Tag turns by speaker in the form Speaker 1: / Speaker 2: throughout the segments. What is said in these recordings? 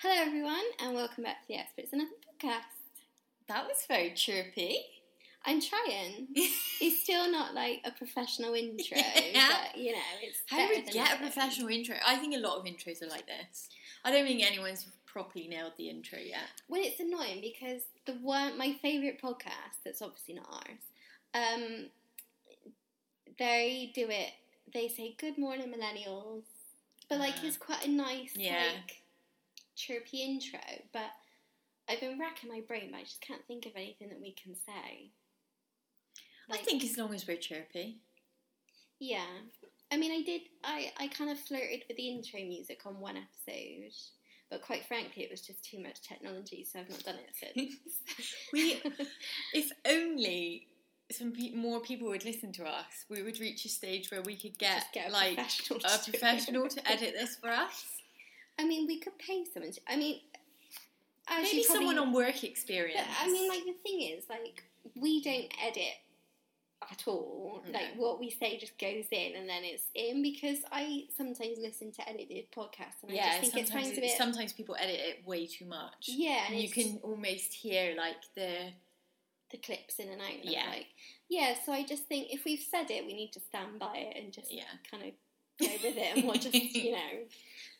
Speaker 1: Hello, everyone, and welcome back to the Experts in Nothing podcast.
Speaker 2: That was very chirpy.
Speaker 1: I'm trying. it's still not like a professional intro,
Speaker 2: Yeah.
Speaker 1: but you know, it's
Speaker 2: How do
Speaker 1: better
Speaker 2: we
Speaker 1: than
Speaker 2: get a
Speaker 1: nothing.
Speaker 2: professional intro? I think a lot of intros are like this. I don't think anyone's properly nailed the intro yet.
Speaker 1: Well, it's annoying because the one my favorite podcast that's obviously not ours. Um, they do it. They say "Good morning, millennials," but like
Speaker 2: Ah.
Speaker 1: it's quite a nice,
Speaker 2: Yeah.
Speaker 1: like chirpy intro. But I've been racking my brain, but I just can't think of anything that we can say.
Speaker 2: I
Speaker 1: Like-
Speaker 2: think as long as we're chirpy.
Speaker 1: Yeah. I mean, I did. I, I kind of flirted with the intro music on one episode, but quite frankly, it was just too much technology, so I've not done it since.
Speaker 2: We, if only some pe- more people would listen to us, we would reach a stage where we could get,
Speaker 1: Just get a
Speaker 2: uh, like
Speaker 1: professional
Speaker 2: a
Speaker 1: to do it.
Speaker 2: professional to edit this for us.
Speaker 1: I mean, we could pay someone. To, I mean, as
Speaker 2: Maybe
Speaker 1: you probably-
Speaker 2: someone on work
Speaker 1: But,
Speaker 2: experience.
Speaker 1: I mean, like the thing is, like we don't edit at all.
Speaker 2: No.
Speaker 1: Like what we say just goes in and then it's in. Because I sometimes listen to edited podcasts, and I
Speaker 2: yeah,
Speaker 1: just think it
Speaker 2: sometimes,
Speaker 1: sounds a
Speaker 2: it-
Speaker 1: bit.
Speaker 2: sometimes people edit it way too much.
Speaker 1: yeah, and
Speaker 2: And you
Speaker 1: it's-
Speaker 2: can almost hear like the
Speaker 1: the clips in and out. and I'm
Speaker 2: Yeah.
Speaker 1: Like, yeah, so I just think if we've said it, we need to stand by it and just
Speaker 2: yeah,
Speaker 1: kind of go with it and we'll just, you know.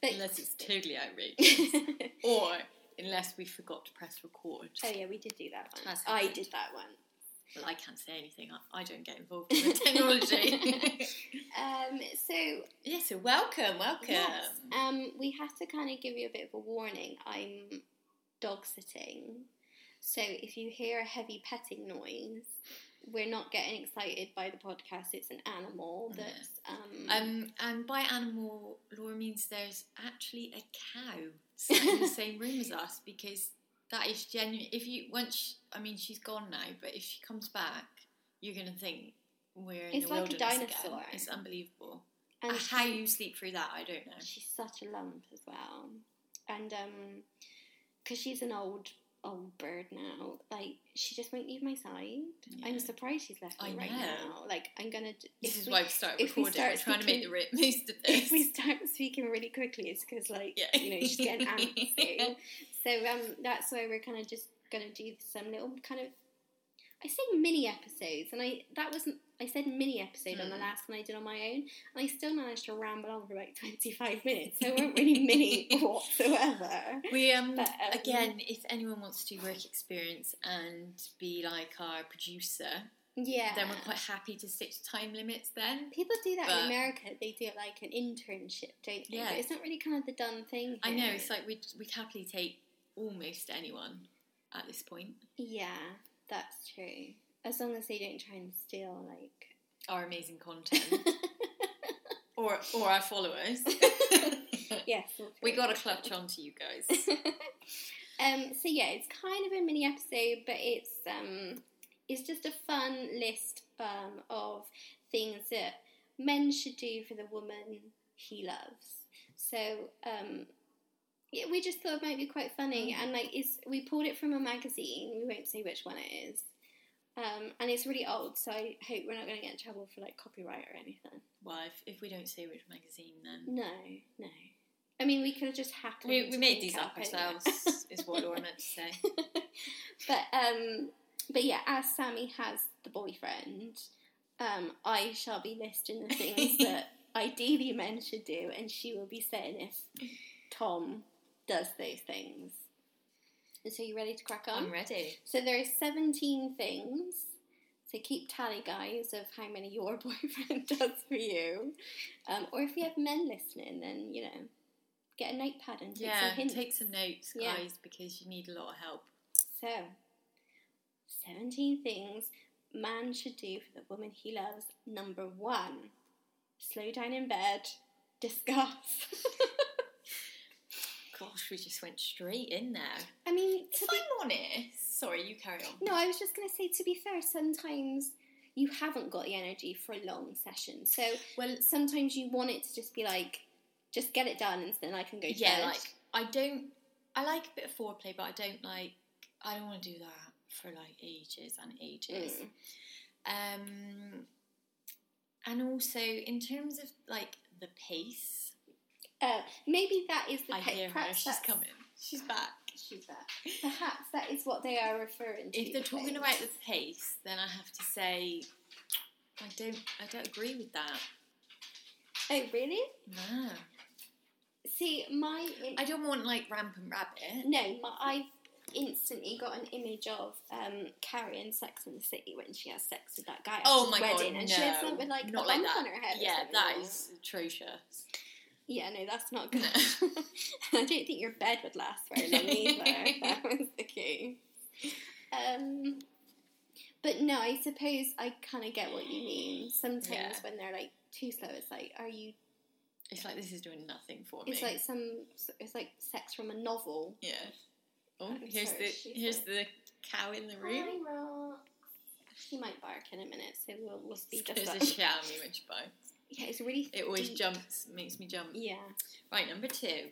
Speaker 1: But,
Speaker 2: unless it's totally outrageous.
Speaker 1: oh,
Speaker 2: or unless we forgot to press record.
Speaker 1: yeah, we did do that one.
Speaker 2: Classic.
Speaker 1: I did that one.
Speaker 2: Well, I can't say anything. I, I don't get involved in the technology.
Speaker 1: Um, so,
Speaker 2: yeah, so welcome, welcome.
Speaker 1: yes, um, we have to kind of give you a bit of a warning. I'm dog sitting. So if you hear a heavy petting noise, we're not getting excited by the podcast. It's an animal
Speaker 2: Yeah.
Speaker 1: that's um,
Speaker 2: Um, and by animal, Laura means there's actually a cow sat in the same room as us because that is genuine. If you once, she, I mean, she's gone now, but if she comes back, you're gonna think we're in
Speaker 1: It's
Speaker 2: the
Speaker 1: like a
Speaker 2: wilderness again.
Speaker 1: dinosaur.
Speaker 2: It's unbelievable. Uh,
Speaker 1: and
Speaker 2: How you sleep through that, I don't know.
Speaker 1: She's such a lump as well, and um, because she's an old old bird now, like she just won't leave my side.
Speaker 2: Yeah.
Speaker 1: I'm surprised she's left me
Speaker 2: I
Speaker 1: right
Speaker 2: know.
Speaker 1: now. Like I'm gonna. d-
Speaker 2: This
Speaker 1: if
Speaker 2: is
Speaker 1: we-
Speaker 2: why we started
Speaker 1: if we
Speaker 2: recording.
Speaker 1: start
Speaker 2: We're trying to make the
Speaker 1: speaking-
Speaker 2: ri- most of this.
Speaker 1: If we start speaking really quickly, it's because like
Speaker 2: Yeah.
Speaker 1: you know she's getting antsy.
Speaker 2: Yeah.
Speaker 1: So um, that's why we're kind of just gonna do some little kind of. I say mini episodes, and I that was I said mini episode on the
Speaker 2: Mm.
Speaker 1: last one I did on my own, and I still managed to ramble on for like twenty five minutes. So it weren't really mini whatsoever.
Speaker 2: We um,
Speaker 1: But, um,
Speaker 2: again, if anyone wants to do work experience and be like our producer,
Speaker 1: Yeah.
Speaker 2: then we're quite happy to stick to time limits. Then
Speaker 1: People do that in
Speaker 2: But-
Speaker 1: America. They do like an internship, don't they?
Speaker 2: Yeah.
Speaker 1: But it's not really kind of the done thing.
Speaker 2: I know
Speaker 1: here.
Speaker 2: it's like we'd we'd happily take almost anyone at this point.
Speaker 1: yeah, that's true. As long as they don't try and steal, like.
Speaker 2: Our amazing content or or our followers.
Speaker 1: yes. all
Speaker 2: we
Speaker 1: three.
Speaker 2: got to clutch onto you guys.
Speaker 1: um. So yeah, it's kind of a mini episode, but it's um, it's just a fun list um of things that men should do for the woman he loves. So um, yeah, we just thought it might be quite funny,
Speaker 2: Mhm.
Speaker 1: and like, it's we pulled it from a magazine. We won't say which one it is. Um, and it's really old, so I hope we're not going to get in trouble for like copyright or anything.
Speaker 2: Well, if, if we don't say which magazine, then
Speaker 1: No, no. I mean, we could have just happily.
Speaker 2: we, we
Speaker 1: just
Speaker 2: made
Speaker 1: make
Speaker 2: these up
Speaker 1: anyway.
Speaker 2: ourselves. is what Laura meant to say.
Speaker 1: but um, but yeah, as Sammy has the boyfriend, um, I shall be listing the things that ideally men should do, and she will be saying if Tom does those things. And so, you ready to crack on?
Speaker 2: I'm ready.
Speaker 1: So there are seventeen things. So keep tally, guys, of how many your boyfriend does for you, um, or if you have men listening, then you know, get a notepad and take some
Speaker 2: Yeah,
Speaker 1: hints.
Speaker 2: take some notes, guys,
Speaker 1: Yeah.
Speaker 2: because you need a lot of help.
Speaker 1: So, 17 things man should do for the woman he loves. Number one, slow down in bed, discuss.
Speaker 2: Gosh, we just went straight in there.
Speaker 1: I mean, to
Speaker 2: If
Speaker 1: be,
Speaker 2: I'm honest, sorry, you carry on.
Speaker 1: no, I was just going to say, to be fair, sometimes you haven't got the energy for a long session. So,
Speaker 2: Well,
Speaker 1: sometimes you want it to just be like, just get it done and then I can go to
Speaker 2: yeah,
Speaker 1: bed.
Speaker 2: like I don't. I like a bit of foreplay, but I don't like. I don't want to do that for like ages and ages.
Speaker 1: Mm.
Speaker 2: Um, and also in terms of like the pace,
Speaker 1: Uh, maybe that is the
Speaker 2: I
Speaker 1: pe-
Speaker 2: hear her.
Speaker 1: perhaps
Speaker 2: She's
Speaker 1: that's-
Speaker 2: coming. She's back.
Speaker 1: She's back. Perhaps that is what they are referring to.
Speaker 2: If they're
Speaker 1: the
Speaker 2: talking
Speaker 1: pace.
Speaker 2: about the pace, then I have to say I don't I don't agree with that.
Speaker 1: Oh, really?
Speaker 2: No.
Speaker 1: See, my.
Speaker 2: I don't want like rampant rabbit.
Speaker 1: No, my, I instantly got an image of um, Carrie in Sex and the City when she has sex with that guy. at
Speaker 2: Oh
Speaker 1: his
Speaker 2: my
Speaker 1: wedding,
Speaker 2: god,
Speaker 1: And
Speaker 2: no.
Speaker 1: she has that with like
Speaker 2: Not
Speaker 1: a
Speaker 2: like
Speaker 1: bump
Speaker 2: that.
Speaker 1: on her head. or
Speaker 2: Yeah,
Speaker 1: something.
Speaker 2: that is atrocious.
Speaker 1: Yeah, no, that's not good. I don't think your bed would last very long either if that was the case. Um, but no, I suppose I kind of get what you mean. Sometimes
Speaker 2: Yeah.
Speaker 1: when they're like too slow, it's like, are you?
Speaker 2: It's like this is doing nothing for me.
Speaker 1: It's like some. It's like sex from a novel.
Speaker 2: yeah. Oh,
Speaker 1: I'm
Speaker 2: here's
Speaker 1: sorry,
Speaker 2: the
Speaker 1: she's
Speaker 2: here's the cow in the room.
Speaker 1: Hi, Rox. She might bark in a minute, so we'll we'll speed this
Speaker 2: There's
Speaker 1: up.
Speaker 2: a shower me when she bites.
Speaker 1: Yeah, it's really.
Speaker 2: It always
Speaker 1: deep.
Speaker 2: jumps, makes me jump.
Speaker 1: Yeah.
Speaker 2: Right, number two.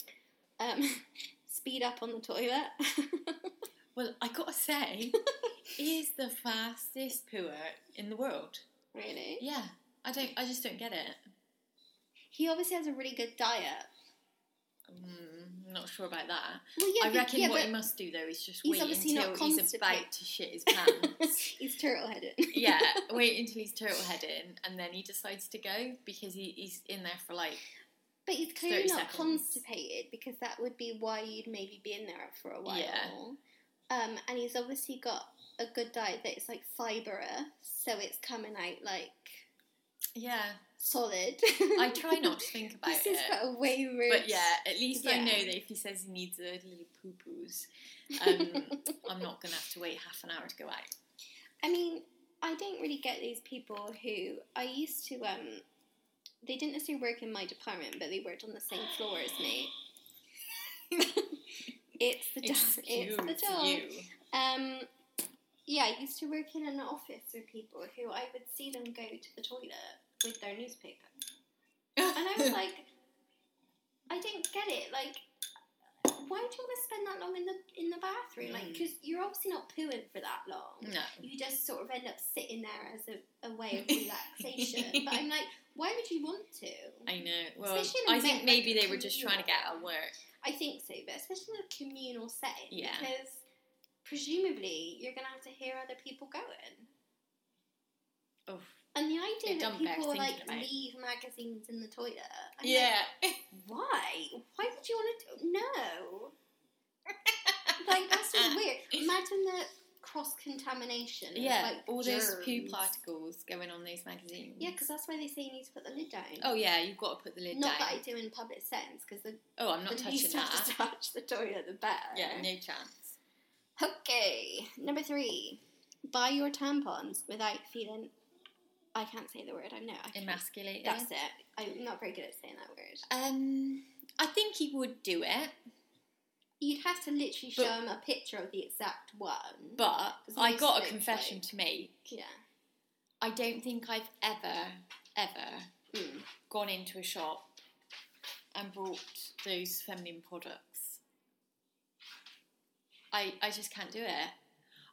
Speaker 1: Um, speed up on the toilet.
Speaker 2: Well, I gotta say, he's the fastest pooer in the world.
Speaker 1: really.
Speaker 2: Yeah, I don't. I just don't get it.
Speaker 1: He obviously has a really good diet.
Speaker 2: Mm, not sure about that.
Speaker 1: Well, yeah,
Speaker 2: I
Speaker 1: but-
Speaker 2: reckon
Speaker 1: yeah,
Speaker 2: what
Speaker 1: but-
Speaker 2: he must do though is just
Speaker 1: He's
Speaker 2: wait
Speaker 1: obviously
Speaker 2: until
Speaker 1: not
Speaker 2: he's about
Speaker 1: constipated.
Speaker 2: to shit his pants.
Speaker 1: he's turtle headed.
Speaker 2: yeah, wait until he's turtle heading, and then he decides to go because he, he's in there for like.
Speaker 1: But he's clearly
Speaker 2: 30
Speaker 1: not
Speaker 2: seconds.
Speaker 1: constipated because that would be why you'd maybe be in there for a while.
Speaker 2: Yeah.
Speaker 1: Um, and he's obviously got a good diet that is like fibrous, so it's coming out like
Speaker 2: Yeah,
Speaker 1: solid.
Speaker 2: I try not to think about
Speaker 1: This has
Speaker 2: it.
Speaker 1: got a way route.
Speaker 2: But yeah, at least I
Speaker 1: Yeah.
Speaker 2: know that if he says he needs a little poo poos, um, I'm not gonna have to wait half an hour to go out.
Speaker 1: I mean, I don't really get these people who I used to. Um, they didn't necessarily work in my department, but they worked on the same floor as me. it's the job. It's the
Speaker 2: Excuse
Speaker 1: job.
Speaker 2: you.
Speaker 1: Um, yeah, I used to work in an office with people who I would see them go to the toilet with their newspaper, and I was like, I don't get it. Like, why do you want to spend that long in the in the bathroom? Like,
Speaker 2: Mm.
Speaker 1: because you're obviously not pooing for that long
Speaker 2: no.
Speaker 1: you just sort of end up sitting there as a, a way of relaxation. but I'm like, why would you want to? I,
Speaker 2: I know. Well,
Speaker 1: Especially in a
Speaker 2: I think
Speaker 1: bit
Speaker 2: maybe
Speaker 1: like
Speaker 2: they were just trying to get out of work.
Speaker 1: think so, but especially in a communal setting,
Speaker 2: Yeah.
Speaker 1: because presumably you're going to have to hear other people going.
Speaker 2: Oh,
Speaker 1: And the idea
Speaker 2: Bit
Speaker 1: that
Speaker 2: dumb back
Speaker 1: people like
Speaker 2: thinking about it.
Speaker 1: leave magazines in the toilet, I'm
Speaker 2: yeah.
Speaker 1: like, why? Why would you want to? Do- no, like that's just weird. Imagine the cross contamination.
Speaker 2: yeah,
Speaker 1: like
Speaker 2: all those poo
Speaker 1: germs.
Speaker 2: particles going on those magazines.
Speaker 1: Yeah, because that's why they say you need to put the lid down.
Speaker 2: oh yeah, you've got to put the lid
Speaker 1: Not
Speaker 2: down.
Speaker 1: that I do in public settings, because the,
Speaker 2: oh, I'm not
Speaker 1: the
Speaker 2: touching
Speaker 1: least I
Speaker 2: that.
Speaker 1: have to touch the toilet, the better.
Speaker 2: Yeah, no chance.
Speaker 1: Okay, number three. Buy your tampons without feeling. I can't say the word. I know. I can't-
Speaker 2: Emasculated.
Speaker 1: That's it. I'm not very good at saying that word.
Speaker 2: Um, I think he would do it,
Speaker 1: You'd have to literally show
Speaker 2: But-
Speaker 1: them a picture of the exact one.
Speaker 2: but
Speaker 1: Because
Speaker 2: I
Speaker 1: most
Speaker 2: got a
Speaker 1: folks,
Speaker 2: confession
Speaker 1: like-
Speaker 2: to make.
Speaker 1: yeah.
Speaker 2: I don't think I've ever, ever
Speaker 1: Mm.
Speaker 2: gone into a shop and bought those feminine products. I I just can't do it.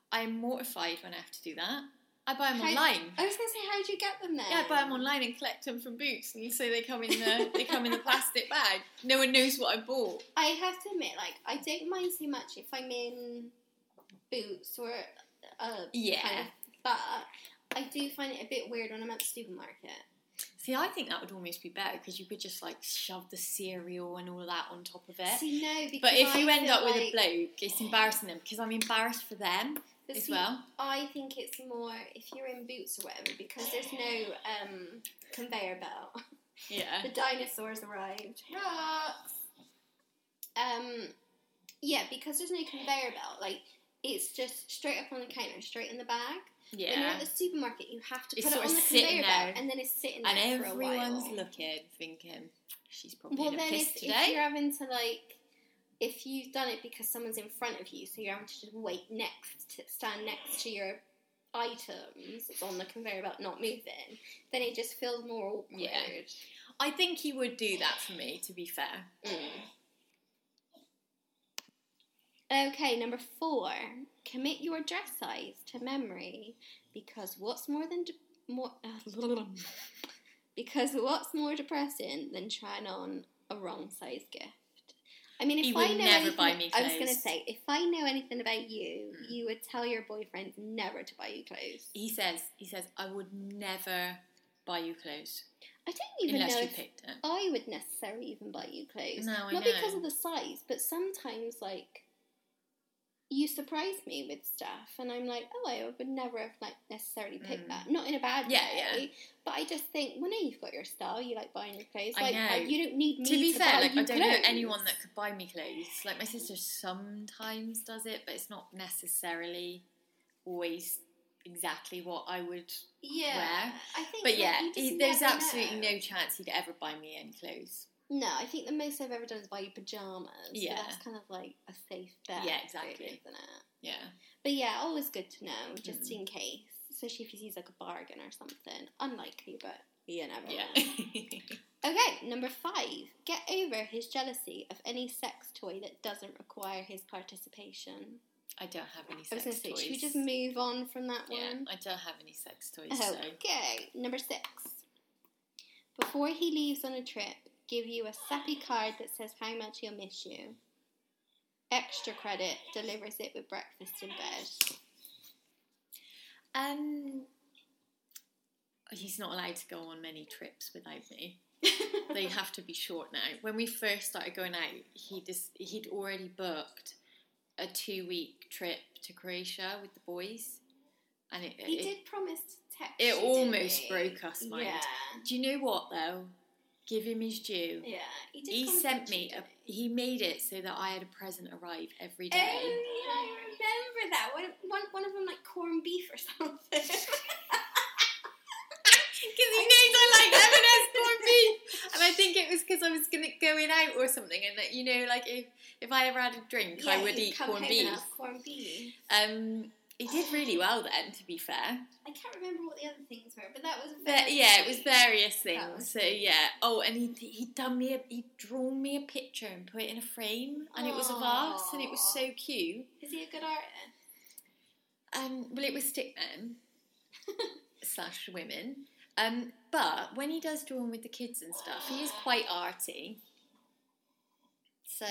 Speaker 2: I'm mortified when I have to do that. I buy them
Speaker 1: How- Oh.
Speaker 2: online.
Speaker 1: I was gonna say, how do you get them then?
Speaker 2: Yeah, I buy them online and collect them from Boots, and so they come in the they come in the plastic bag. No one knows what I bought.
Speaker 1: I have to admit, like, I don't mind so much if I'm in boots or uh, kind
Speaker 2: Yeah.
Speaker 1: of, but I do find it a bit weird when I'm at the supermarket.
Speaker 2: See, I think that would almost be better because you could just like shove the cereal and all of that on top of it.
Speaker 1: See, no, because
Speaker 2: but if
Speaker 1: I
Speaker 2: you end
Speaker 1: feel
Speaker 2: up with a
Speaker 1: like-
Speaker 2: bloke, it's embarrassing them because I'm embarrassed for them
Speaker 1: but
Speaker 2: as
Speaker 1: see,
Speaker 2: well.
Speaker 1: I think it's more if you're in boots or whatever because there's no um, conveyor belt.
Speaker 2: Yeah.
Speaker 1: the dinosaurs arrived. Rocks. Um, yeah, because there's no conveyor belt, like. It's just straight up on the counter, straight in the bag.
Speaker 2: Yeah.
Speaker 1: When you're at the supermarket, you have to
Speaker 2: It's
Speaker 1: put it
Speaker 2: sort
Speaker 1: on
Speaker 2: of
Speaker 1: the
Speaker 2: sitting
Speaker 1: conveyor
Speaker 2: there.
Speaker 1: belt, and then it's sitting there
Speaker 2: And
Speaker 1: for a while.
Speaker 2: everyone's looking, thinking, she's probably
Speaker 1: Well,
Speaker 2: in a
Speaker 1: then
Speaker 2: piss
Speaker 1: if, if
Speaker 2: today.
Speaker 1: you're having to like, if you've done it because someone's in front of you, so you're having to just wait next, to, stand next to your items that's on the conveyor belt, not moving, then it just feels more awkward.
Speaker 2: Yeah. I think he would do that for me, to be fair.
Speaker 1: Mm. Okay, number four. Commit your dress size to memory, because what's more than de- more because what's more depressing than trying on a wrong size gift? I mean, if
Speaker 2: He
Speaker 1: I
Speaker 2: would
Speaker 1: know
Speaker 2: never
Speaker 1: anything,
Speaker 2: buy me
Speaker 1: I was going to
Speaker 2: clothes.
Speaker 1: say, if I know anything about you,
Speaker 2: Mm.
Speaker 1: you would tell your boyfriend never to buy you clothes.
Speaker 2: He says, he says, I would never buy you clothes
Speaker 1: I don't even
Speaker 2: unless
Speaker 1: know
Speaker 2: you
Speaker 1: if
Speaker 2: picked it.
Speaker 1: I would necessarily even buy you clothes.
Speaker 2: No, I
Speaker 1: Not
Speaker 2: know.
Speaker 1: because of the size, but sometimes like you surprise me with stuff, and I'm like, oh, I would never have like necessarily picked
Speaker 2: Mm.
Speaker 1: that. Not in a bad
Speaker 2: Yeah,
Speaker 1: way, but I just think, well, no, you've got your style. You like buying your clothes.
Speaker 2: I
Speaker 1: Like
Speaker 2: know.
Speaker 1: you don't need me
Speaker 2: to be fair,
Speaker 1: buy
Speaker 2: like
Speaker 1: you
Speaker 2: I don't know
Speaker 1: clothes.
Speaker 2: anyone that could buy me clothes. Like my sister sometimes does it, but it's not necessarily always exactly what I would.
Speaker 1: yeah,
Speaker 2: wear.
Speaker 1: I think.
Speaker 2: But
Speaker 1: like,
Speaker 2: yeah,
Speaker 1: you just
Speaker 2: he- there's
Speaker 1: never
Speaker 2: absolutely
Speaker 1: know.
Speaker 2: no chance he'd ever buy me any clothes.
Speaker 1: No, I think the most I've ever done is buy you pajamas. Yeah,
Speaker 2: Yeah.
Speaker 1: that's kind of like a safe bet.
Speaker 2: Yeah,
Speaker 1: really,
Speaker 2: exactly.
Speaker 1: isn't it?
Speaker 2: Yeah,
Speaker 1: But yeah, always good to know, just
Speaker 2: Mm.
Speaker 1: in case. Especially if he sees like a bargain or something. Unlikely, but you never
Speaker 2: yeah.
Speaker 1: know. Okay, number five. Get over his jealousy of any sex toy that doesn't require his participation.
Speaker 2: I don't have any
Speaker 1: I was
Speaker 2: sex
Speaker 1: going to say,
Speaker 2: toys.
Speaker 1: should we just move on from that
Speaker 2: yeah,
Speaker 1: one?
Speaker 2: I don't have any sex toys. So
Speaker 1: Okay, number six. Before he leaves on a trip, give you a sappy card that says how much he'll miss you. Extra credit delivers it with breakfast in bed.
Speaker 2: um, he's not allowed to go on many trips without me. they have to be short now. When we first started going out, he just he'd already booked a two week trip to Croatia with the boys, and it,
Speaker 1: He
Speaker 2: it-
Speaker 1: did promise to text.
Speaker 2: it
Speaker 1: you, didn't
Speaker 2: almost
Speaker 1: he?
Speaker 2: broke us, mind.
Speaker 1: Yeah,
Speaker 2: Do you know what though? Give him his due.
Speaker 1: yeah. He, did
Speaker 2: He
Speaker 1: promise
Speaker 2: sent
Speaker 1: to
Speaker 2: me.
Speaker 1: text
Speaker 2: A,
Speaker 1: you,
Speaker 2: he made it so that I had a present arrive every
Speaker 1: didn't
Speaker 2: day.
Speaker 1: he? Oh, yeah, I remember that. One, one, one of them like corned beef or something.
Speaker 2: Because he knows I like M&S corned beef. And I think it was because I was gonna going out or something, and that you know, like if if I ever had a drink, I
Speaker 1: Yeah,
Speaker 2: would
Speaker 1: he'd
Speaker 2: eat
Speaker 1: come
Speaker 2: corned
Speaker 1: home and
Speaker 2: beef.
Speaker 1: have corned beef.
Speaker 2: Um, he did really well then, to be fair.
Speaker 1: I can't remember what the other things were, but that was
Speaker 2: But
Speaker 1: very
Speaker 2: yeah, it was
Speaker 1: sweet.
Speaker 2: various
Speaker 1: That was
Speaker 2: things. So yeah. Oh, and he he done me a he drawn me a picture and put it in a frame, and it was of us, and it was so cute.
Speaker 1: Is he a good artist?
Speaker 2: Um, well, it was stick men slash women. Um, but when he does drawing with the kids and stuff, he is quite arty. So,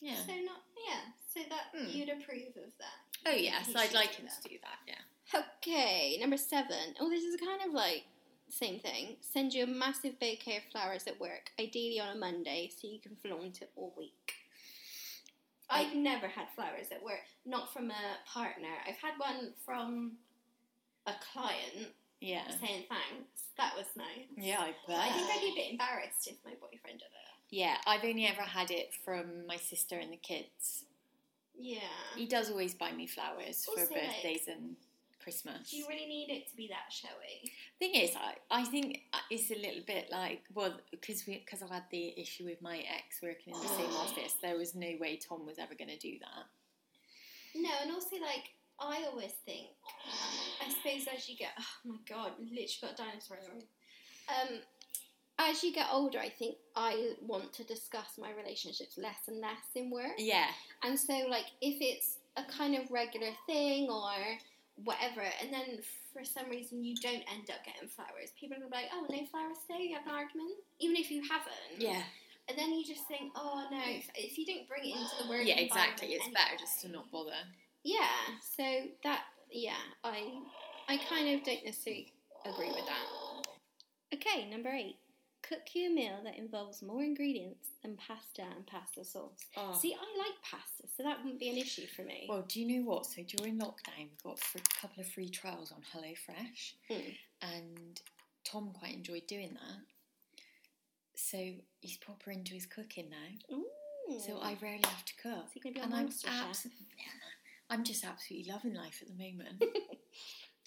Speaker 2: yeah.
Speaker 1: So not yeah. So that
Speaker 2: Hmm.
Speaker 1: you'd approve of that.
Speaker 2: Oh yes,
Speaker 1: He
Speaker 2: I'd
Speaker 1: should
Speaker 2: like
Speaker 1: do
Speaker 2: him
Speaker 1: that.
Speaker 2: to do that. Yeah.
Speaker 1: Okay, number seven. Oh, this is kind of like same thing. Send you a massive bouquet of flowers at work, ideally on a Monday, so you can flaunt it all week. I've never had flowers at work, not from a partner. I've had one from a client
Speaker 2: Yeah.
Speaker 1: saying thanks. That was nice.
Speaker 2: Yeah, I
Speaker 1: I think I'd be a bit embarrassed if my boyfriend did it.
Speaker 2: Yeah, I've only ever had it from my sister and the kids.
Speaker 1: Yeah.
Speaker 2: He does always buy me flowers for
Speaker 1: Also, like,
Speaker 2: birthdays and Christmas.
Speaker 1: Do you really need it to be that showy?
Speaker 2: Thing is, I, I think uh, it's a little bit like well because we because I've had the issue with my ex working in the same
Speaker 1: Oh.
Speaker 2: office. There was no way Tom was ever going to do that.
Speaker 1: No, and also like I always think, I suppose as you get, oh my god, we literally got a dinosaur. in the room. Um, as you get older, I think I want to discuss my relationships less and less in work,
Speaker 2: Yeah,
Speaker 1: and so like if it's a kind of regular thing or whatever, and then for some reason you don't end up getting flowers, people will be like, oh, no flowers today, you have an argument, even if you haven't.
Speaker 2: yeah,
Speaker 1: And then you just think, oh no, if, if you don't bring it into the work,
Speaker 2: yeah.
Speaker 1: environment
Speaker 2: Exactly. It's better
Speaker 1: anyway."
Speaker 2: just to not bother.
Speaker 1: Yeah, so that yeah, I I kind of don't necessarily agree with that. Okay, number eight. Cook you a meal that involves more ingredients than pasta and pasta sauce.
Speaker 2: Oh.
Speaker 1: See, I like pasta, so that wouldn't be an issue for me.
Speaker 2: Well, do you know what? So during lockdown, we got fr- a couple of free trials on HelloFresh,
Speaker 1: Mm.
Speaker 2: and Tom quite enjoyed doing that. So he's proper into his cooking now.
Speaker 1: Ooh.
Speaker 2: So I rarely have to cook,
Speaker 1: Is he gonna be on
Speaker 2: and I'm
Speaker 1: MasterChef?
Speaker 2: abs- I'm just absolutely loving life at the moment.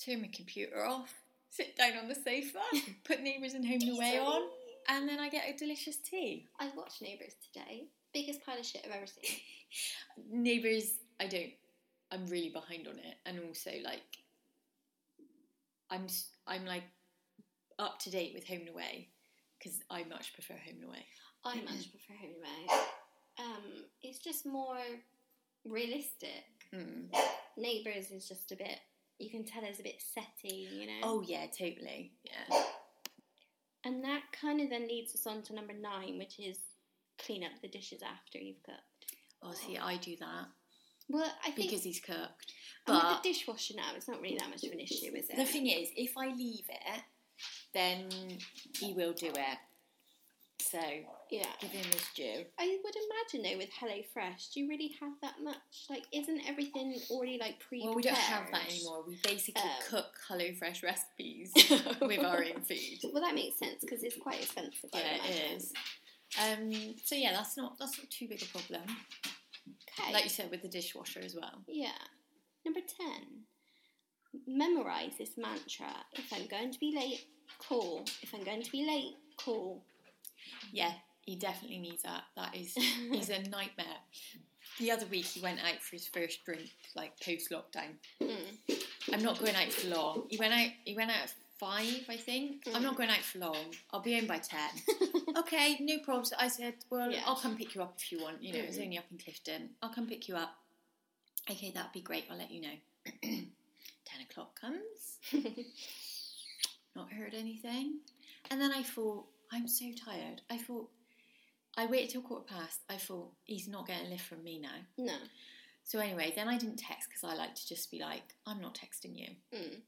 Speaker 2: Turn my computer off, sit down on the sofa, put neighbours and home and away on, and then I get a delicious tea.
Speaker 1: I watched Neighbours today. Biggest pile of shit I've ever seen.
Speaker 2: Neighbours, I don't. I'm really behind on it, and also like, I'm s- I'm like up to date with home and away because I much prefer home and away.
Speaker 1: I much prefer Home Away. Um, it's just more realistic.
Speaker 2: Mm.
Speaker 1: Neighbours is just a bit. You can tell it's a bit setty, you know.
Speaker 2: Oh yeah, totally. Yeah.
Speaker 1: And that kind of then leads us on to number nine, which is clean up the dishes after you've cooked.
Speaker 2: Oh, see, I do that
Speaker 1: Well, I think
Speaker 2: because he's cooked.
Speaker 1: and
Speaker 2: But
Speaker 1: with the dishwasher now, it's not really that much of an issue, is it?
Speaker 2: the thing is, if I leave it, then he will do it. So
Speaker 1: yeah.
Speaker 2: give him his due.
Speaker 1: I would imagine though with HelloFresh, do you really have that much? Like, isn't everything already like pre?
Speaker 2: Well, Oh. we don't have that anymore. We basically
Speaker 1: Um,
Speaker 2: cook HelloFresh recipes with our own food.
Speaker 1: Well, that makes sense because it's quite expensive. I
Speaker 2: Yeah,
Speaker 1: imagine.
Speaker 2: it is. Um, so yeah, that's not that's not too big a problem.
Speaker 1: Okay.
Speaker 2: Like you said, with the dishwasher as well.
Speaker 1: yeah. Number ten. Memorize this mantra. If I'm going to be late, call. If I'm going to be late, call.
Speaker 2: Yeah, he definitely needs that. That is
Speaker 1: Mm.
Speaker 2: he's a nightmare. The other week he went out for his first drink, like post lockdown.
Speaker 1: Mm.
Speaker 2: I'm not going out for long. He went out. He went out at five, I think. I'm
Speaker 1: Mm.
Speaker 2: not going out for long. I'll be home by ten. okay, no problems. I said, well,
Speaker 1: Yeah.
Speaker 2: I'll come pick you up if you want. You know, it's
Speaker 1: Mm.
Speaker 2: only up in Clifton. I'll come pick you up. Okay, that'd be great. I'll let you know. ten o'clock comes. not heard anything. And then I thought, I'm so tired. I thought, I waited till quarter past. I thought, he's not getting a lift from me now.
Speaker 1: no.
Speaker 2: So anyway, then I didn't text because I like to just be like, I'm not texting you.
Speaker 1: Mm.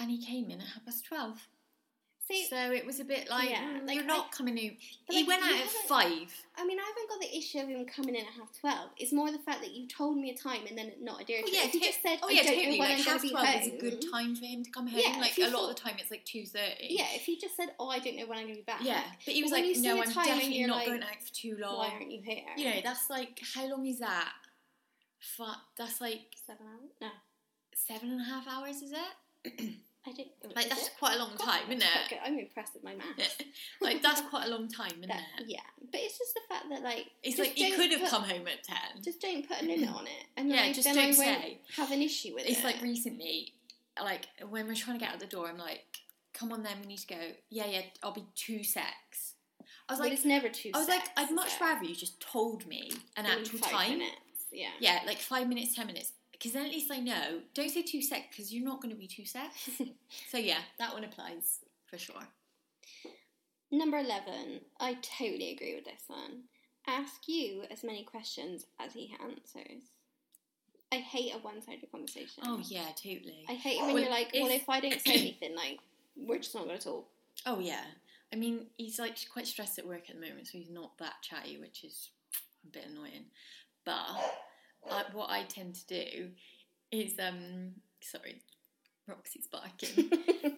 Speaker 2: And he came in at half past 12.
Speaker 1: See,
Speaker 2: so it was a bit like,
Speaker 1: Yeah,
Speaker 2: "Mm,
Speaker 1: like,
Speaker 2: you're not coming in.
Speaker 1: but,
Speaker 2: He
Speaker 1: like,
Speaker 2: went
Speaker 1: you
Speaker 2: out at
Speaker 1: haven't-
Speaker 2: five.
Speaker 1: I mean, I haven't got the issue of him coming in at half twelve. It's more the fact that you told me a time and then not adhering
Speaker 2: Oh,
Speaker 1: to
Speaker 2: yeah,
Speaker 1: it. If you
Speaker 2: to-
Speaker 1: just said,
Speaker 2: Oh
Speaker 1: I
Speaker 2: yeah,
Speaker 1: don't
Speaker 2: totally.
Speaker 1: know when
Speaker 2: Like
Speaker 1: I'm going
Speaker 2: half
Speaker 1: to be
Speaker 2: twelve
Speaker 1: home.
Speaker 2: is a good time for him to come home.
Speaker 1: Yeah,
Speaker 2: like
Speaker 1: if you
Speaker 2: a lot
Speaker 1: thought-
Speaker 2: of the time, it's like two thirty.
Speaker 1: Yeah, if you just said, "Oh, I don't know when I'm going to be back."
Speaker 2: yeah. But he was
Speaker 1: But when
Speaker 2: like,
Speaker 1: you see
Speaker 2: no,
Speaker 1: the
Speaker 2: I'm
Speaker 1: time and
Speaker 2: definitely
Speaker 1: you're
Speaker 2: not
Speaker 1: like,
Speaker 2: going out for too
Speaker 1: Why
Speaker 2: long.
Speaker 1: aren't you here?
Speaker 2: You know, that's like how long is that? Fuck, that's like
Speaker 1: seven hours. No,
Speaker 2: seven and a half hours, is it?
Speaker 1: I don't.
Speaker 2: Like
Speaker 1: is
Speaker 2: that's
Speaker 1: it?
Speaker 2: quite a long
Speaker 1: God,
Speaker 2: time, isn't
Speaker 1: that's quite
Speaker 2: it?
Speaker 1: good. I'm impressed with my maths.
Speaker 2: like that's quite a long time, isn't
Speaker 1: That-
Speaker 2: it?
Speaker 1: yeah, but it's just the fact that like
Speaker 2: It's
Speaker 1: just
Speaker 2: like he
Speaker 1: don't
Speaker 2: could have
Speaker 1: put-
Speaker 2: come home at ten.
Speaker 1: Just don't put a limit on it, and
Speaker 2: Yeah,
Speaker 1: like,
Speaker 2: just
Speaker 1: then I
Speaker 2: don't
Speaker 1: won't
Speaker 2: say.
Speaker 1: have an issue with it.
Speaker 2: It's like recently, like when we're trying to get out the door, I'm like, "Come on, then we need to go." Yeah, yeah, I'll be two secs. I was
Speaker 1: but
Speaker 2: like,
Speaker 1: it's never too.
Speaker 2: I was like, I'd much
Speaker 1: rather
Speaker 2: rather you just told me an actual time.
Speaker 1: Minutes. Yeah.
Speaker 2: Yeah, like five minutes, ten minutes, because then at least I know. Don't say two secs because you're not going to be two secs. so yeah, that one applies for sure.
Speaker 1: Number eleven. I totally agree with this one. Ask you as many questions as he answers. I hate a one-sided conversation.
Speaker 2: Oh yeah, totally.
Speaker 1: I hate it when
Speaker 2: Well,
Speaker 1: you're like, well,
Speaker 2: if-
Speaker 1: if I don't say anything, like, we're just not going to talk.
Speaker 2: Oh yeah. I mean, he's like quite stressed at work at the moment, so he's not that chatty, which is a bit annoying. But I, what I tend to do is, um, sorry, Roxy's barking.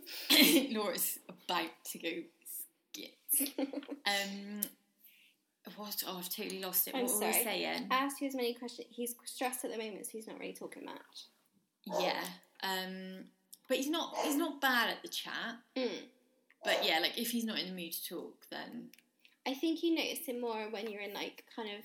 Speaker 2: Laura's about to go skits. Um, what? Oh, I've totally lost it.
Speaker 1: I'm
Speaker 2: what were we
Speaker 1: sorry. Uh,
Speaker 2: saying?
Speaker 1: Ask you as many questions. He's stressed at the moment, so he's not really talking much.
Speaker 2: yeah. Um, but he's not. He's not bad at the chat.
Speaker 1: Mm.
Speaker 2: But yeah, like if he's not in the mood to talk, then
Speaker 1: I think you notice it more when you're in, like, kind of,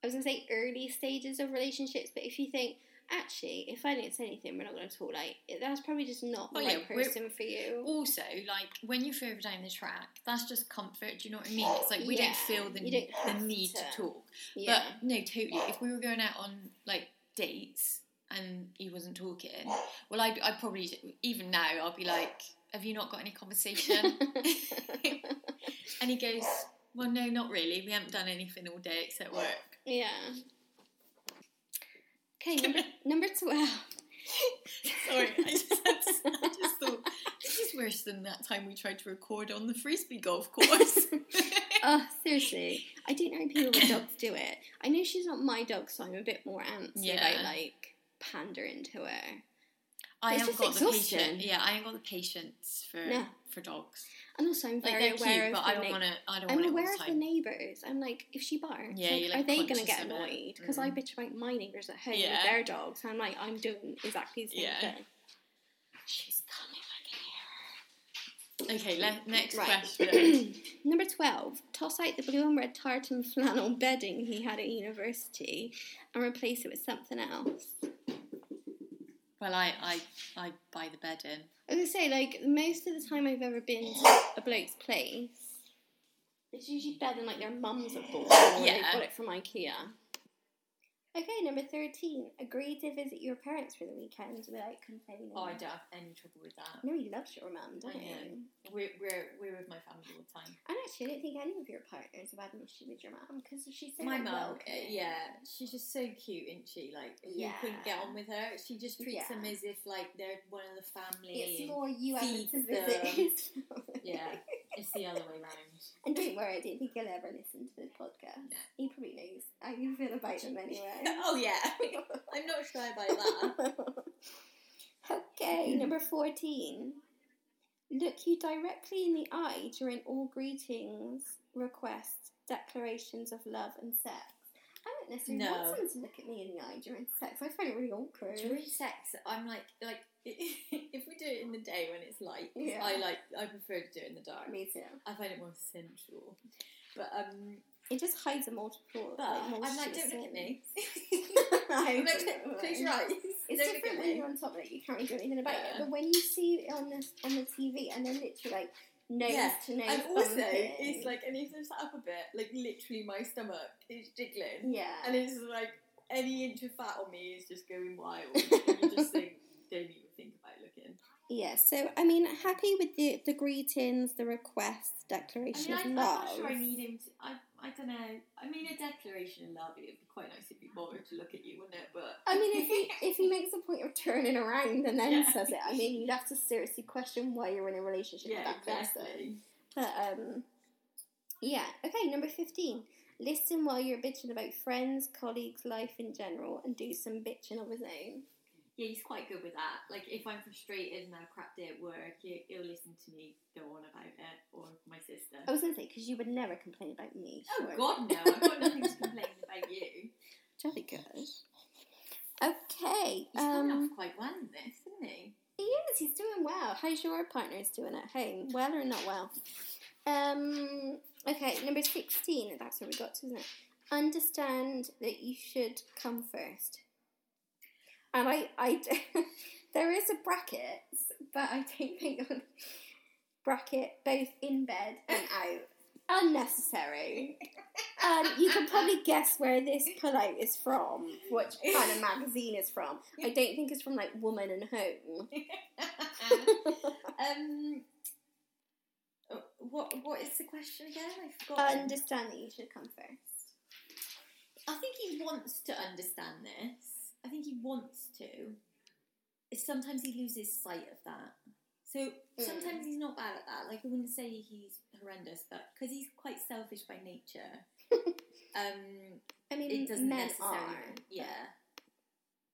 Speaker 1: I was going to say early stages of relationships, but if you think, actually, if I don't say anything, we're not going to talk, like, that's probably just not the
Speaker 2: Oh, yeah,
Speaker 1: right
Speaker 2: we're-
Speaker 1: person for you.
Speaker 2: also like when you're further down the track that's just comfort do you know what i mean it's like we
Speaker 1: Yeah,
Speaker 2: don't feel the,
Speaker 1: you don't
Speaker 2: the
Speaker 1: have
Speaker 2: need
Speaker 1: to.
Speaker 2: to talk
Speaker 1: Yeah.
Speaker 2: but no totally if we were going out on like dates and he wasn't talking well i'd, I'd probably even now i'll be like have you not got any conversation and he goes well no not really we haven't done anything all day except work
Speaker 1: yeah. Okay, number, number 12.
Speaker 2: sorry i just, I just thought this is worse than that time we tried to record on the frisbee golf course
Speaker 1: Oh, seriously. I don't know people with dogs do it. I know she's not my dog, so I'm a bit more antsy
Speaker 2: Yeah.
Speaker 1: about like pandering to her.
Speaker 2: I
Speaker 1: It's
Speaker 2: haven't got
Speaker 1: just
Speaker 2: the
Speaker 1: exhausting.
Speaker 2: patience. Yeah, I ain't got the patience for
Speaker 1: No.
Speaker 2: for dogs.
Speaker 1: And also I'm
Speaker 2: Like
Speaker 1: very
Speaker 2: they're
Speaker 1: aware
Speaker 2: cute,
Speaker 1: of
Speaker 2: but
Speaker 1: the
Speaker 2: I don't
Speaker 1: na-
Speaker 2: want to. I don't
Speaker 1: I'm
Speaker 2: want it all
Speaker 1: aware
Speaker 2: the
Speaker 1: of the
Speaker 2: time.
Speaker 1: neighbours. I'm like, if she barks, like,
Speaker 2: Yeah, you're, like,
Speaker 1: are they gonna
Speaker 2: conscious
Speaker 1: get
Speaker 2: of it.
Speaker 1: annoyed? Because I
Speaker 2: Mm.
Speaker 1: bitch about my neighbours at home
Speaker 2: Yeah.
Speaker 1: with their dogs. And I'm like, I'm doing exactly the same
Speaker 2: Yeah.
Speaker 1: thing. She's coming
Speaker 2: okay, le- next
Speaker 1: Right.
Speaker 2: question.
Speaker 1: back here. Number 12. Toss out the blue and red tartan flannel bedding he had at university and replace it with something else.
Speaker 2: well, I, I I buy the bed in.
Speaker 1: I was gonna say, like, most of the time I've ever been to a bloke's place, it's usually better than like their mums have bought it or they've
Speaker 2: Yeah.
Speaker 1: got it from IKEA. Okay, number 13. Agree to visit your parents for the weekend without complaining.
Speaker 2: Oh, I don't have any trouble with that.
Speaker 1: No, he loves your mum, doesn't
Speaker 2: I
Speaker 1: he?
Speaker 2: know. We're, we're, we're with my family all the time.
Speaker 1: And actually, I don't think any of your partners have had an issue with your mum because she's so like,
Speaker 2: my mum, uh,
Speaker 1: welcoming.
Speaker 2: yeah, she's just so cute, isn't she? Like, you
Speaker 1: Yeah.
Speaker 2: couldn't get on with her. She just treats them
Speaker 1: Yeah.
Speaker 2: as if like they're one of the family.
Speaker 1: It's
Speaker 2: and-
Speaker 1: more you having to
Speaker 2: feeds
Speaker 1: visit
Speaker 2: them.
Speaker 1: his family.
Speaker 2: yeah, it's the other way round.
Speaker 1: And don't worry, I don't think he'll ever listen to this podcast.
Speaker 2: No.
Speaker 1: He probably knows how you feel about them anyway.
Speaker 2: oh yeah, I'm not shy about that. Hmm.
Speaker 1: okay, number 14. Look you directly in the eye during all greetings, requests, declarations of love and sex. I don't necessarily
Speaker 2: No.
Speaker 1: want someone to look at me in the eye during sex. I find it really awkward.
Speaker 2: During sex, I'm like, like if we do it in the day when it's light,
Speaker 1: Yeah.
Speaker 2: I like, I prefer to do it in the dark.
Speaker 1: Me too.
Speaker 2: I find it more sensual. But um,
Speaker 1: It just hides a multiple.
Speaker 2: but I'm like, don't look at me. I'm like, close your eyes.
Speaker 1: It's
Speaker 2: don't look
Speaker 1: different
Speaker 2: at
Speaker 1: when
Speaker 2: me.
Speaker 1: you're on top that you can't really do anything about it.
Speaker 2: Yeah.
Speaker 1: But when you see it on the on the TV and they're literally like nose
Speaker 2: Yeah,
Speaker 1: to nose,
Speaker 2: And also,
Speaker 1: bumping.
Speaker 2: it's like, and if they're sat up a bit, like literally my stomach is jiggling.
Speaker 1: yeah,
Speaker 2: And it's like, any inch of fat on me is just going wild. you just think, don't even think about looking.
Speaker 1: yeah. So I mean, happy with the the greetings, the requests,
Speaker 2: I
Speaker 1: declaration
Speaker 2: mean, I, I'm
Speaker 1: of love.
Speaker 2: not sure I need him to, I, I don't know. I mean, a declaration of love, it would be quite nice if he bothered to look at you, wouldn't it? But
Speaker 1: I mean, if he if he makes a point of turning around and then
Speaker 2: Yeah.
Speaker 1: says it, I mean, you'd have to seriously question why you're in a relationship with
Speaker 2: yeah,
Speaker 1: that person.
Speaker 2: exactly.
Speaker 1: But um, yeah. Okay, number fifteen. Listen while you're bitching about friends, colleagues, life in general, and do some bitching of his own.
Speaker 2: Yeah, he's quite good with that. Like, if I'm frustrated and I crap day at work, he, he'll listen to me go on about it, or my sister.
Speaker 1: I was gonna say because you would never complain about me.
Speaker 2: Oh
Speaker 1: Oh, sure.
Speaker 2: God, no! I've got nothing to complain about you.
Speaker 1: jolly good. Okay,
Speaker 2: He's coming
Speaker 1: um,
Speaker 2: off quite well in this, isn't he?
Speaker 1: he is. He's doing well. How's your partner's doing at home? Well or not well? Um. Okay, number sixteen. That's where we got to, isn't it? Understand that you should come first. And I, I, d- there is a brackets, but I don't think on bracket both in bed and out unnecessary. Um, you can probably guess where this pullout is from, which kind of magazine is from. I don't think it's from like Woman and Home.
Speaker 2: um, uh, what what is the question again? I forgot.
Speaker 1: Understand that you should come first.
Speaker 2: I think he wants to understand this. I think he wants to. It's Sometimes he loses sight of that. So sometimes he's not bad at that. Like I wouldn't say he's horrendous, but because he's quite selfish by nature. um,
Speaker 1: I mean,
Speaker 2: it doesn't
Speaker 1: men
Speaker 2: necessarily.
Speaker 1: are.
Speaker 2: Yeah.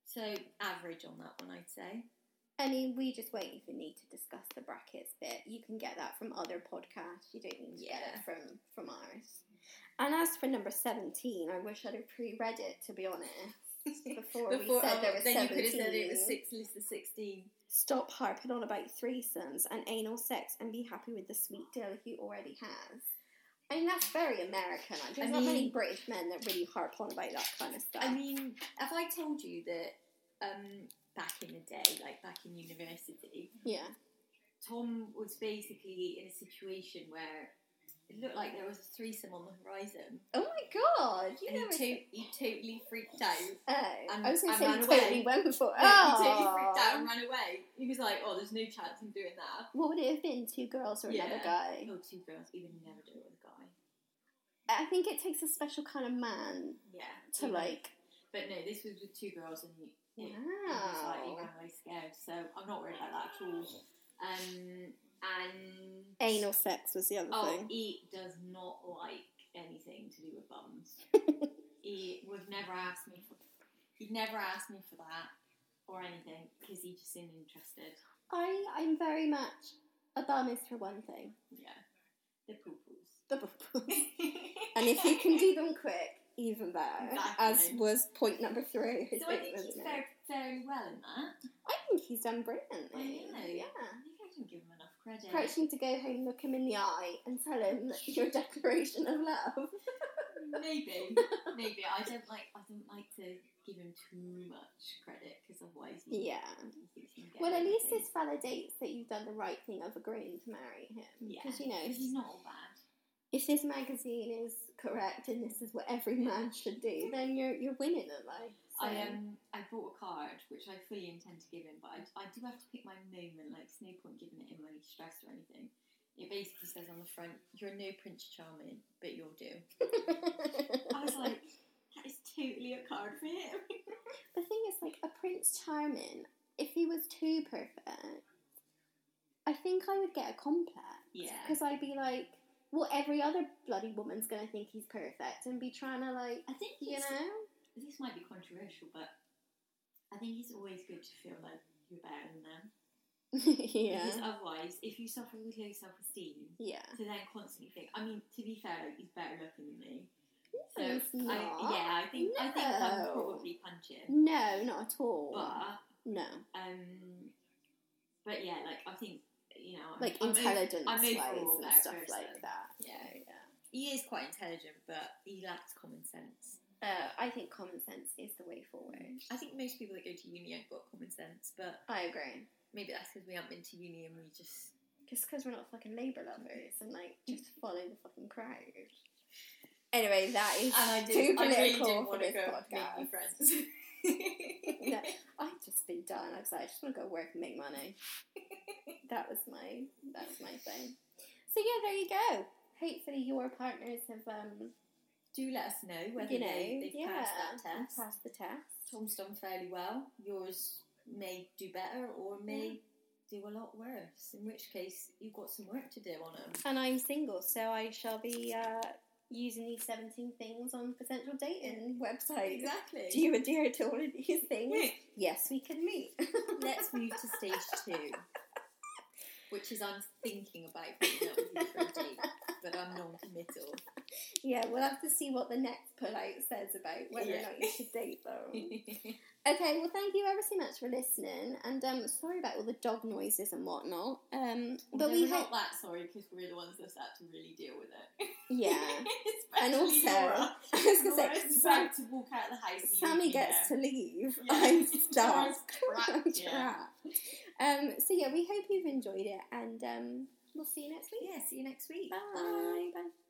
Speaker 2: So average on that one, I'd say.
Speaker 1: I mean, we just won't even need to discuss the brackets bit. You can get that from other podcasts. You don't need to get
Speaker 2: Yeah.
Speaker 1: it from from ours. And as for number seventeen, I wish I'd have pre-read it to be honest. Before, we said
Speaker 2: oh,
Speaker 1: there was
Speaker 2: then
Speaker 1: seventeen.
Speaker 2: you could have said it was six list of sixteen.
Speaker 1: Stop harping on about threesomes and anal sex and be happy with the sweet deal he already has. I mean, that's very American. Like, there's
Speaker 2: I
Speaker 1: not many
Speaker 2: mean-
Speaker 1: British men that really harp on about that kind of stuff.
Speaker 2: I mean, have I told you that um, back in the day, like back in university,
Speaker 1: yeah.
Speaker 2: Tom was basically in a situation where it looked like there was a threesome on the horizon,
Speaker 1: Oh my god, you
Speaker 2: and
Speaker 1: never.
Speaker 2: he, to- he totally freaked out.
Speaker 1: oh,
Speaker 2: and-
Speaker 1: I was going
Speaker 2: and
Speaker 1: to say
Speaker 2: ran
Speaker 1: you
Speaker 2: away.
Speaker 1: totally went before.
Speaker 2: Yeah,
Speaker 1: Oh,
Speaker 2: He totally freaked out and ran away. He was like, "Oh, there's no chance I'm doing that."
Speaker 1: What would it have been? Two girls or another
Speaker 2: Yeah.
Speaker 1: guy?
Speaker 2: Oh, two girls. He would never do it with a guy.
Speaker 1: I think it takes a special kind of man
Speaker 2: Yeah.
Speaker 1: to like.
Speaker 2: But no, this was with two girls, and he,
Speaker 1: Wow.
Speaker 2: he was like,
Speaker 1: Oh.
Speaker 2: he ran away scared. So I'm not worried about that at all. Um, and
Speaker 1: Anal sex was the other
Speaker 2: Oh,
Speaker 1: thing.
Speaker 2: he does not like anything to do with bums. he would never ask me. For, he'd never ask me for that or anything because he just seemed interested.
Speaker 1: I, I'm very much a bum is for one thing.
Speaker 2: Yeah, the poo-poos.
Speaker 1: The bum. And if you can do them quick, even better. As
Speaker 2: Exactly.
Speaker 1: was point number three.
Speaker 2: so I think
Speaker 1: wasn't
Speaker 2: he's
Speaker 1: it?
Speaker 2: fared fairly well in that.
Speaker 1: I think he's done brilliantly.
Speaker 2: I know.
Speaker 1: Yeah.
Speaker 2: I think I didn't give him enough credit.
Speaker 1: Approaching to go home, look him in the eye, and tell him your declaration of love.
Speaker 2: Maybe, maybe I don't like. I don't like to give him too much credit because otherwise, he,
Speaker 1: Yeah.
Speaker 2: he thinks he can get
Speaker 1: Well, at least
Speaker 2: everything.
Speaker 1: this validates that you've done the right thing of agreeing to marry him.
Speaker 2: Yeah,
Speaker 1: Because you know,
Speaker 2: because he's not all bad.
Speaker 1: if this magazine is correct and this is what every man should do, then you're you're winning at life. So,
Speaker 2: I um I bought a card which I fully intend to give him, but I, I do have to pick my moment. Like, there's no point giving it him when he's stressed or anything. It basically says on the front, "You're no Prince Charming, but you'll do." I was like, that is totally a card for him.
Speaker 1: the thing is, like a Prince Charming, if he was too perfect, I think I would get a complex.
Speaker 2: Yeah.
Speaker 1: Because I'd be like, well, every other bloody woman's gonna think he's perfect and be trying to like,
Speaker 2: I think
Speaker 1: you
Speaker 2: he's,
Speaker 1: know.
Speaker 2: this might be controversial, but I think it's always good to feel like you're better than them.
Speaker 1: yeah.
Speaker 2: Because otherwise, if you suffer with low self esteem,
Speaker 1: Yeah.
Speaker 2: to then constantly think. I mean, to be fair, like, he's better looking than me. So
Speaker 1: No, he's
Speaker 2: I,
Speaker 1: not.
Speaker 2: yeah, I think I think I'm
Speaker 1: No.
Speaker 2: probably punching,
Speaker 1: No, not at all.
Speaker 2: but
Speaker 1: no,
Speaker 2: um, but yeah, like I think you know, I'm-
Speaker 1: like
Speaker 2: I'm over-
Speaker 1: intelligence
Speaker 2: I'm
Speaker 1: wise
Speaker 2: overall
Speaker 1: and
Speaker 2: better
Speaker 1: stuff
Speaker 2: person.
Speaker 1: like that.
Speaker 2: Yeah.
Speaker 1: yeah.
Speaker 2: he is quite intelligent, but he lacks common sense.
Speaker 1: Uh, I think common sense is the way forward.
Speaker 2: I think most people that go to uni ain't got common sense, but
Speaker 1: I agree.
Speaker 2: maybe that's because we haven't been to uni and we just
Speaker 1: Just because we're not fucking labour lovers and like just follow the fucking crowd. Anyway, that is too political for this podcast.
Speaker 2: friends.
Speaker 1: No, I've just been done. I was like, I just want to go work and make money. that was my that was my thing. So yeah, there you go. Hopefully, your partners have um
Speaker 2: Do let us know whether
Speaker 1: you know
Speaker 2: they, they've
Speaker 1: yeah
Speaker 2: passed that test.
Speaker 1: passed the test.
Speaker 2: Tom's done fairly well. Yours may do better or may do a lot worse. In which case, you've got some work to do on them.
Speaker 1: And I'm single, so I shall be uh, using these 17 things on potential dating websites.
Speaker 2: Exactly.
Speaker 1: Do you adhere to all of these things? Yes, we can meet.
Speaker 2: Let's move to stage two, which is I'm thinking about putting up with you for a date, but I'm non-committal.
Speaker 1: yeah, we'll have to see what the next pull out says about whether or
Speaker 2: Yeah.
Speaker 1: not you should date them. Okay, well, thank you ever so much for listening, and um, sorry about all the dog noises and whatnot. Um, but we
Speaker 2: we're
Speaker 1: hope,
Speaker 2: not that sorry because we're the ones that's had to really deal with it.
Speaker 1: yeah. And
Speaker 2: Especially
Speaker 1: also-
Speaker 2: Laura.
Speaker 1: I was gonna say,
Speaker 2: Laura's
Speaker 1: Sam-
Speaker 2: about to walk out of the house. and
Speaker 1: Sammy
Speaker 2: you'll be
Speaker 1: gets
Speaker 2: there.
Speaker 1: to leave.
Speaker 2: Yeah.
Speaker 1: I'm
Speaker 2: Laura's
Speaker 1: stuck. I'm
Speaker 2: trapped, yeah.
Speaker 1: trapped. Um, so yeah, we hope you've enjoyed it, and um, we'll see you next week.
Speaker 2: Yeah, see you next week.
Speaker 1: Bye. Bye.